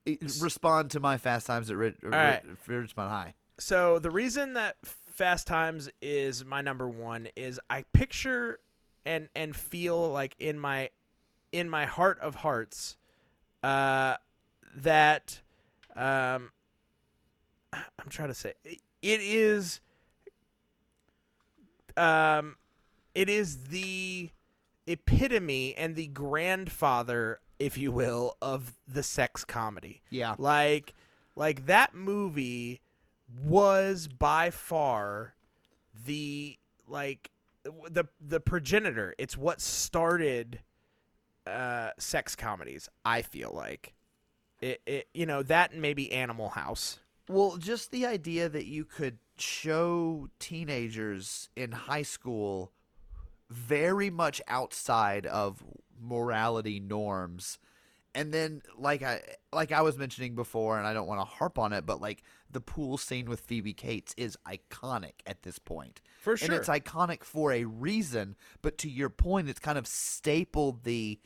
I- Respond to my fast times at Rid- Rid- right. Ridgemont High. So the reason that Fast Times is my number one is I picture and and feel like in my in my heart of hearts uh, that um, I'm trying to say it is um, it is the epitome and the grandfather, if you will, of the sex comedy. Yeah. Like like that movie was by far the like w- the the progenitor. It's what started uh sex comedies, I feel like. It, it you know, that and maybe Animal House. Well, just the idea that you could show teenagers in high school very much outside of morality norms. And then like I like I was mentioning before and I don't want to harp on it, but like the pool scene with Phoebe Cates is iconic at this point. For And it's sure. iconic for a reason, but to your point it's kind of stapled the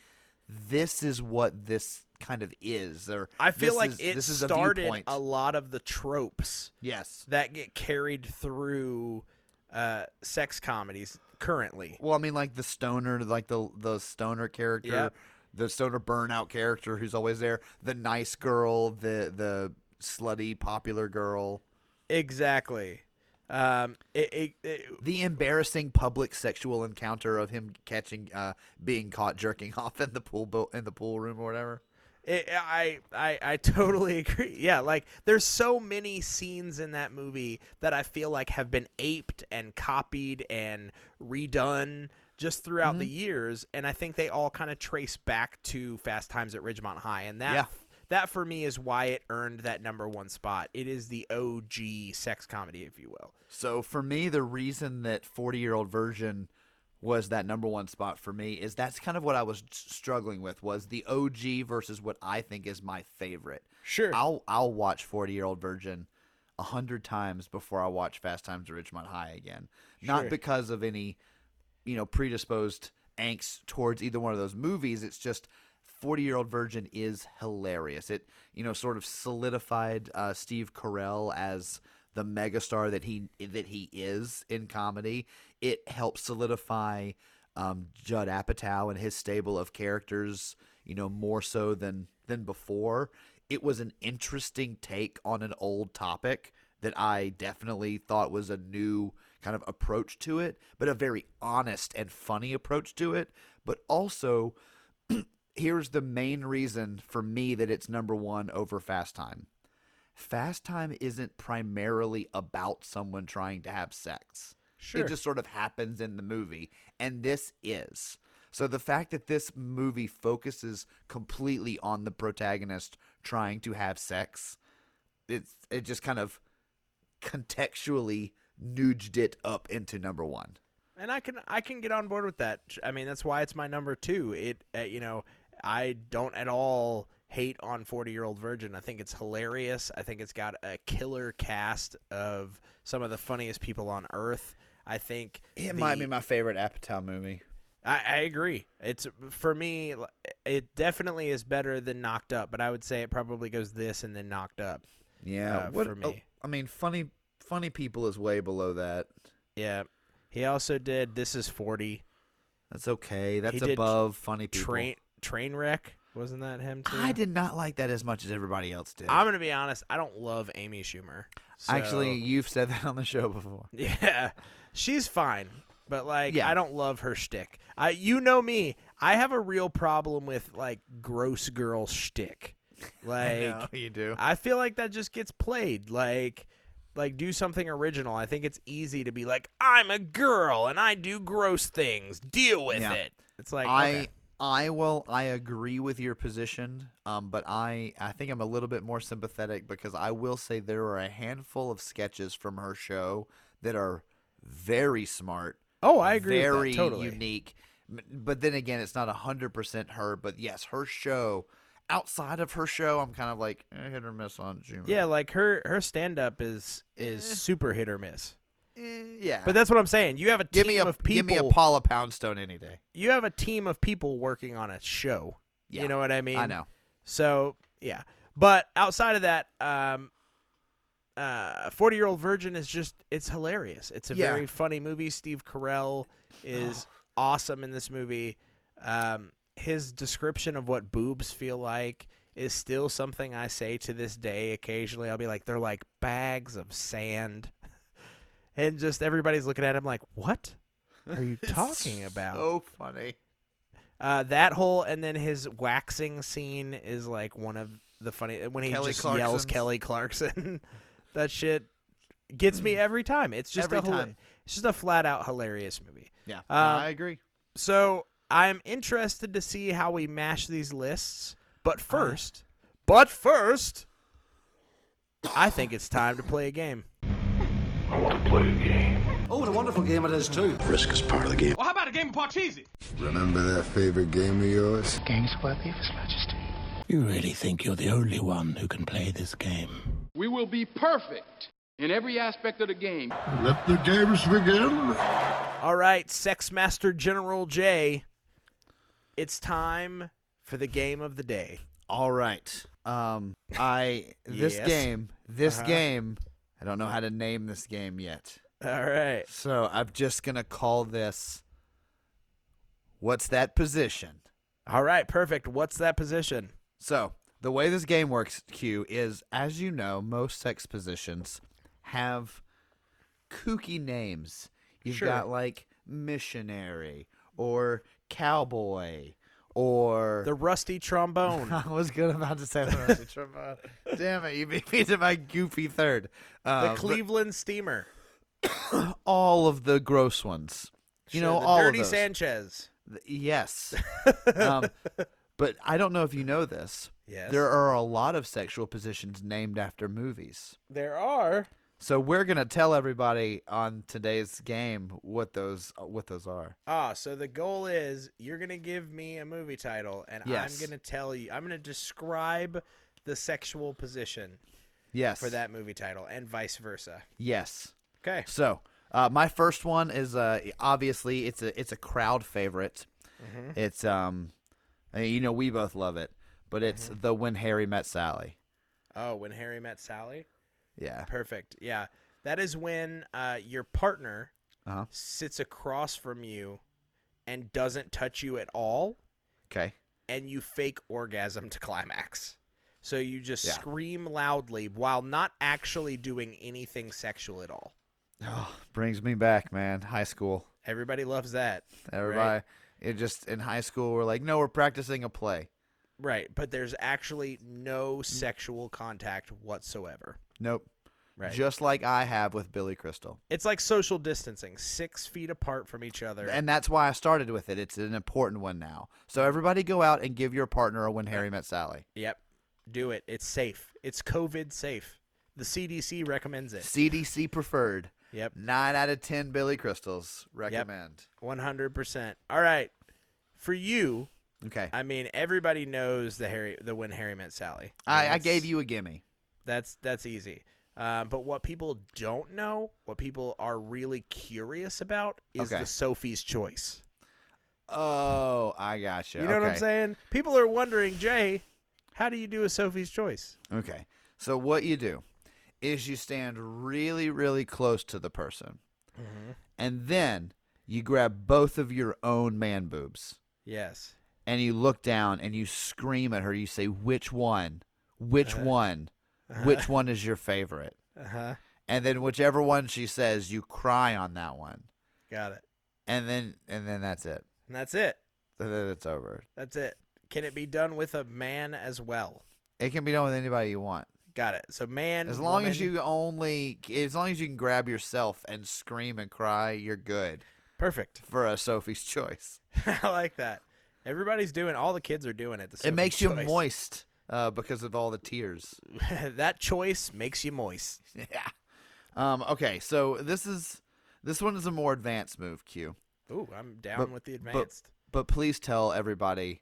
this is what this kind of is or I feel this like is- it this is a started viewpoint. a lot of the tropes yes. that get carried through uh, sex comedies currently. Well, I mean, like the stoner, like the the stoner character, Yeah. the stoner burnout character who's always there, the nice girl, the the slutty popular girl. Exactly. Um, it, it, it, The embarrassing public sexual encounter of him catching, uh, being caught jerking off in the pool bo- in the pool room or whatever. it, I, I, I totally agree. Yeah, like there's so many scenes in that movie that I feel like have been aped and copied and redone just throughout the years, and I think they all kind of trace back to Fast Times at Ridgemont High, and that. Yeah. That for me is why it earned that number one spot. It is the OG sex comedy, if you will. So for me, the reason that 40 year old version was that number one spot for me is that's kind of what I was s- struggling with was the OG versus what I think is my favorite. Sure. I'll I'll watch 40 year old virgin a hundred times before I watch Fast Times at Richmond High again. Not because of any, you know, predisposed angst towards either one of those movies. It's just 40 year old virgin is hilarious. It, you know, sort of solidified uh, Steve Carell as the megastar that he that he is in comedy. It helped solidify um, Judd Apatow and his stable of characters, you know, more so than than before. It was an interesting take on an old topic that I definitely thought was a new kind of approach to it, but a very honest and funny approach to it. But also, here's the main reason for me that it's number one over Fast Time. Fast Time isn't primarily about someone trying to have sex. Sure. It just sort of happens in the movie, and this is. So the fact that this movie focuses completely on the protagonist trying to have sex, it's it just kind of contextually nudged it up into number one. and I can I can get on board with that. I mean, that's why it's my number two. It uh, you know I don't at all hate on Forty Year Old Virgin. I think it's hilarious. I think it's got a killer cast of some of the funniest people on earth. I think the- my favorite Apatow movie. I, I agree. It's for me. l- It definitely is better than Knocked Up, but I would say it probably goes this and then Knocked Up. Yeah, uh, what, for oh, me. I mean, funny, funny people is way below that. Yeah. He also did This Is Forty That's okay. That's did above funny people. Train Train Wreck. Wasn't that him too? I did not like that as much as everybody else did. I'm gonna be honest. I don't love Amy Schumer. so- Actually, you've said that on the show before. yeah, she's fine, but like, Yeah. I don't love her shtick. I, you know me. I have a real problem with like gross girl shtick. Like, No, you do. I feel like that just gets played. Like, like do something original. I think it's easy to be like, I'm a girl and I do gross things. Deal with Yeah. it. It's like I okay. I will I agree with your position, um, but I I think I'm a little bit more sympathetic because I will say there are a handful of sketches from her show that are very smart. Oh, I agree with that, Very totally. unique. M- But then again, it's not hundred percent her. But yes, her show. Outside of her show, I'm kind of like eh, hit or miss on June. yeah, like her her stand up is is Eh. super hit or miss. yeah. But that's what I'm saying. You have a give team me a of people. give me a Paula Poundstone any day. you have a team of people working on a show. Yeah, You know what I mean? I know. So yeah, but outside of that, um, uh, Forty Year Old Virgin is just it's hilarious. It's a Yeah. very funny movie. Steve Carell is awesome in this movie. Um, his description of what boobs feel like is still something I say to this day. Occasionally, I'll be like, "They're like bags of sand," and just everybody's looking at him like, "What are you talking about?" So funny. Uh, that whole and then his waxing scene is like one of the funny when he Kelly just yells Clarkson's. Kelly Clarkson. that shit gets me every time. It's just Mm. Every a hila- time. it's just a flat out hilarious movie. Yeah, Um, I agree. So I'm interested to see how we mash these lists. Uh-huh. But first, but first, I think it's time to play a game. I want to play a game. Oh, what a wonderful game it is, too. Risk is part of the game. Well, how about a game of Parcheesi? Remember that favorite game of yours? Games worthy of His Majesty. You really think you're the only one who can play this game? We will be perfect in every aspect of the game. Let the games begin. All right, Sex Master General J, it's time for the game of the day. All right. Um, I this Yes. Uh-huh. game, this game. I don't know how to name this game yet, All right. so I'm just gonna call this. What's that position? All right, perfect. What's that position? So the way this game works, Q, is as you know, most sex positions have kooky names. You've Sure. got like missionary or cowboy or The rusty trombone. I was good about to say the rusty trombone. Damn it, you beat me to my goofy third. Uh, the but Cleveland Steamer. all of the gross ones. You Sure, know, the all Dirty of those. Sanchez. Th- Yes. um, but I don't know if you know this. Yes. There are a lot of sexual positions named after movies. There are. So we're gonna tell everybody on today's game what those what those are. Ah, so the goal is you're gonna give me a movie title, and Yes. I'm gonna tell you. I'm gonna describe the sexual position Yes. for that movie title, and vice versa. Yes. Okay. So uh, my first one is uh, obviously it's a it's a crowd favorite. It's um, I mean, you know we both love it, but it's the When Harry Met Sally. Oh, when Harry met Sally. Yeah. Perfect. Yeah, that is when uh, your partner Uh-huh. sits across from you and doesn't touch you at all, Okay. and you fake orgasm to climax. So you just Yeah. scream loudly while not actually doing anything sexual at all. Oh, brings me back, man. High school. Everybody loves that. Everybody. It just in high school we're like, no, we're practicing a play. Right, but there's actually no sexual contact whatsoever. Nope. Right. Just like I have with Billy Crystal. It's like social distancing, six feet apart from each other. And that's why I started with it. It's an important one now. So everybody go out and give your partner a When Harry Met Sally. yep, do it. It's safe. It's COVID safe. The CDC recommends it. CDC preferred. Yep. Nine out of ten Billy Crystals recommend. One hundred percent. All right, for you. Okay. I mean, everybody knows the Harry, the when Harry met Sally. I, I That's- gave you a gimme. That's that's easy. Um, but what people don't know, what people are really curious about, is Okay. the Sophie's Choice. Oh, I gotcha. You know what I'm Okay. saying? People are wondering, Jay, how do you do a Sophie's Choice? Okay. So what you do is you stand really, really close to the person, Mm-hmm. and then you grab both of your own man boobs Yes. and you look down and you scream at her. You say, "Which one? Which Uh-huh. one? Which one is your favorite?" Uh huh. And then whichever one she says, you cry on that one, Got it. and then and then that's it. And that's it. And Then it's over. That's it. Can it be done with a man as well? It can be done with anybody you want, Got it. So man, as long as woman- you only, as long as you can grab yourself and scream and cry, you're good. perfect. for a Sophie's Choice. I like that. Everybody's doing. All the kids are doing it. The it makes Sophie's you Choice. moist uh, because of all the tears. that choice makes you moist. yeah. Um, okay, so this is this one is a more advanced move, Q. Ooh, I'm down But- with the but- advanced. But please tell everybody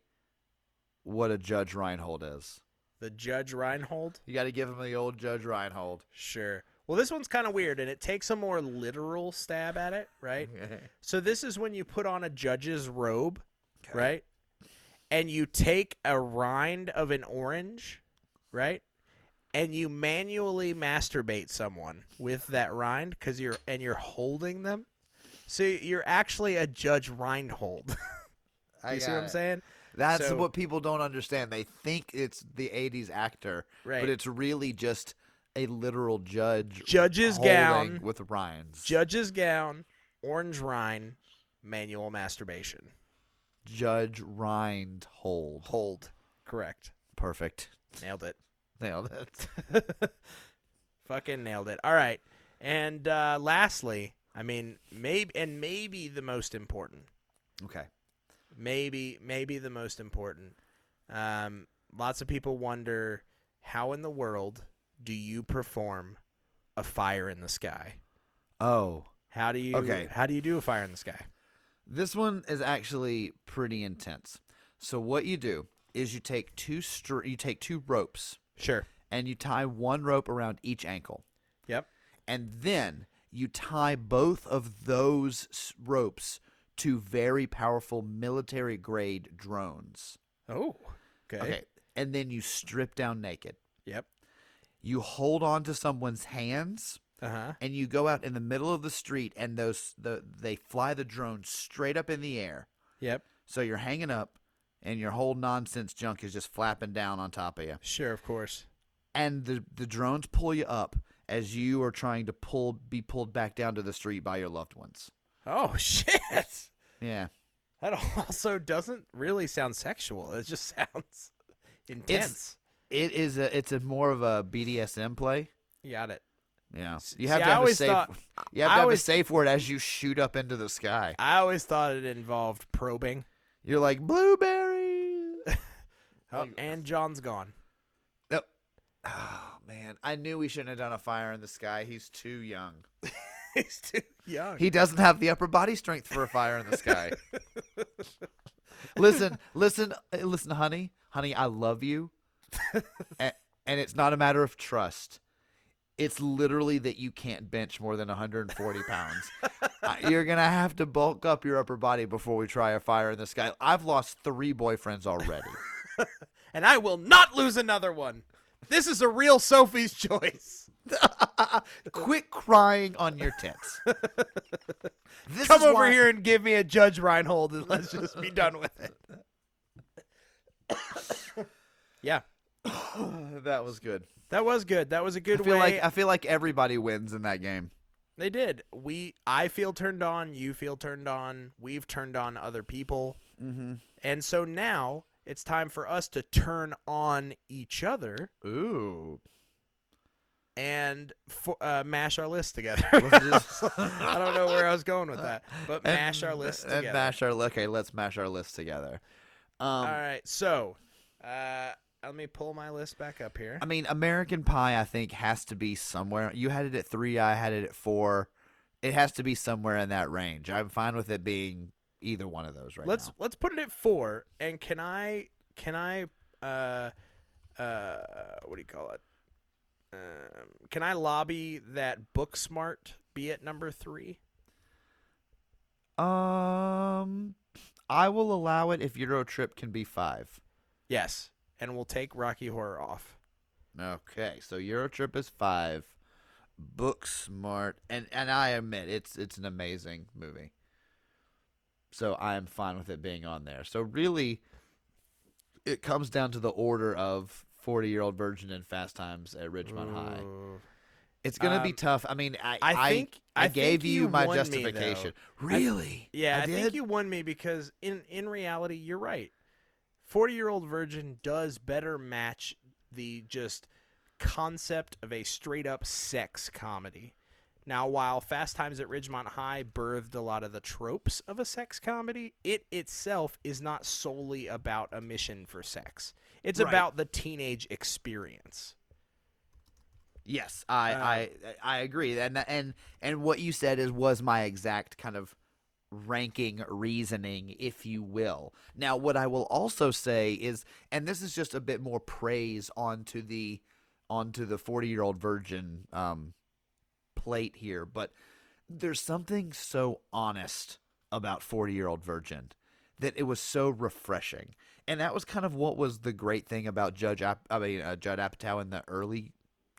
what a Judge Reinhold is. the Judge Reinhold. You got to give him the old Judge Reinhold. Sure. Well, this one's kind of weird, and it takes a more literal stab at it, right? so this is when you put on a judge's robe, right? And you take a rind of an orange, right? And you manually masturbate someone with that rind because you're and you're holding them. So you're actually a Judge Reinhold. I you see what got I'm it. saying? That's So- what people don't understand. They think it's the '80s actor, Right. but it's really just a literal judge. Judge's holding gown. with Ryan's Judge's gown, orange rind, manual masturbation. Judge Reinhold. Hold. Correct. Perfect. Nailed it. Nailed it. Fucking nailed it. All right. And uh, lastly, I mean, maybe and maybe the most important, Okay. maybe maybe the most important. Um, lots of people wonder how in the world do you perform a fire in the sky? Oh, How do you Okay. How do you do a fire in the sky? this one is actually pretty intense. So what you do is you take two str- you take two ropes Sure. and you tie one rope around each ankle. Yep. And then you tie both of those s- ropes to very powerful military grade drones. Oh. Okay. Okay. And then you strip down naked. Yep. You hold on to someone's hands. Uh huh. and you go out in the middle of the street and those the they fly the drone straight up in the air. Yep. So you're hanging up and your whole nonsense junk is just flapping down on top of you. Sure. Of course. And the the drones pull you up as you are trying to pull be pulled back down to the street by your loved ones. Oh shit. Yeah. That also doesn't really sound sexual. It just sounds intense. It's, it is a it's a more of a BDSM play. You got it. Yeah. S- You have see, I to have a always safe thought- you have I to have always- a safe word as you shoot up into the sky. I always thought it involved probing. You're like blueberry. Oh, and John's gone. Nope. Oh man, I knew we shouldn't have done a fire in the sky. He's too young. He's too young. He doesn't have the upper body strength for a fire in the sky. listen, listen, uh, listen, honey, honey, I love you, and, and it's not a matter of trust. It's literally that you can't bench more than 140 pounds. Uh, You're gonna have to bulk up your upper body before we try a fire in the sky. I've lost three boyfriends already. And I will not lose another one. This is a real Sophie's choice. Quit crying on your tits. This Come is over why- here and give me a Judge Reinhold and let's just be done with it. yeah. that was good. That was good. That was a good I feel way. like I feel like everybody wins in that game. They did. We I feel turned on, you feel turned on, we've turned on other people. Mm-hmm. And so now it's time for us to turn on each other Ooh. and for, uh, mash our list together. Let's just- I don't know where I was going with that, but mash our list and together. mash our okay. Let's mash our list together. Um, All right. So, uh, let me pull my list back up here. I mean, American Pie, I think, has to be somewhere. You had it at three. I had it at four. It has to be somewhere in that range. I'm fine with it being either one of those right let's now. let's put it at four. And can I can I uh uh what do you call it? Um, can I lobby that Booksmart be at number three? Um, I will allow it if Euro Trip can be five. Yes, and we'll take Rocky Horror off. Okay, so Euro Trip is five. Book smart, and and I admit it's it's an amazing movie. So I am fine with it being on there. So really, it comes down to the order of Forty Year Old Virgin and Fast Times at Ridgemont High. It's gonna be Um, tough. I mean, I I think- I, I think gave you you my won me, justification. though. I- really? Yeah, I, I, did? think you won me because in in reality, you're right. Forty year old virgin does better match the just concept of a straight up sex comedy. Now, while Fast Times at Ridgemont High birthed a lot of the tropes of a sex comedy, it itself is not solely about a mission for sex. It's Right. about the teenage experience. Yes, I Uh, I I agree, and that- and and what you said is was my exact kind of ranking reasoning, if you will. Now, what I will also say is, and this is just a bit more praise onto the onto the forty year old virgin um, plate here, but there's something so honest about 40 year old virgin that it was so refreshing and that was kind of what was the great thing about judge Ap- i mean uh, judd apatow in the early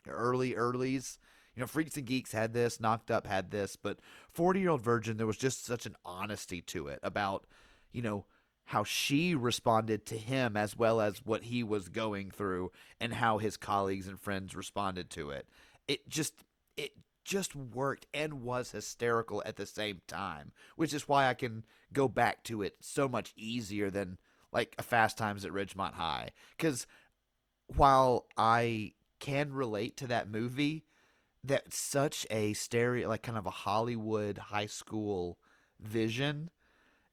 early earlys you know freaks and geeks had this knocked up had this but 40 year old virgin there was just such an honesty to it about you know how she responded to him as well as what he was going through and how his colleagues and friends responded to it it just it just worked and was hysterical at the same time which is why i can go back to it so much easier than like a fast times at ridgemont high because while i can relate to that movie that's such a stereo like kind of a hollywood high school vision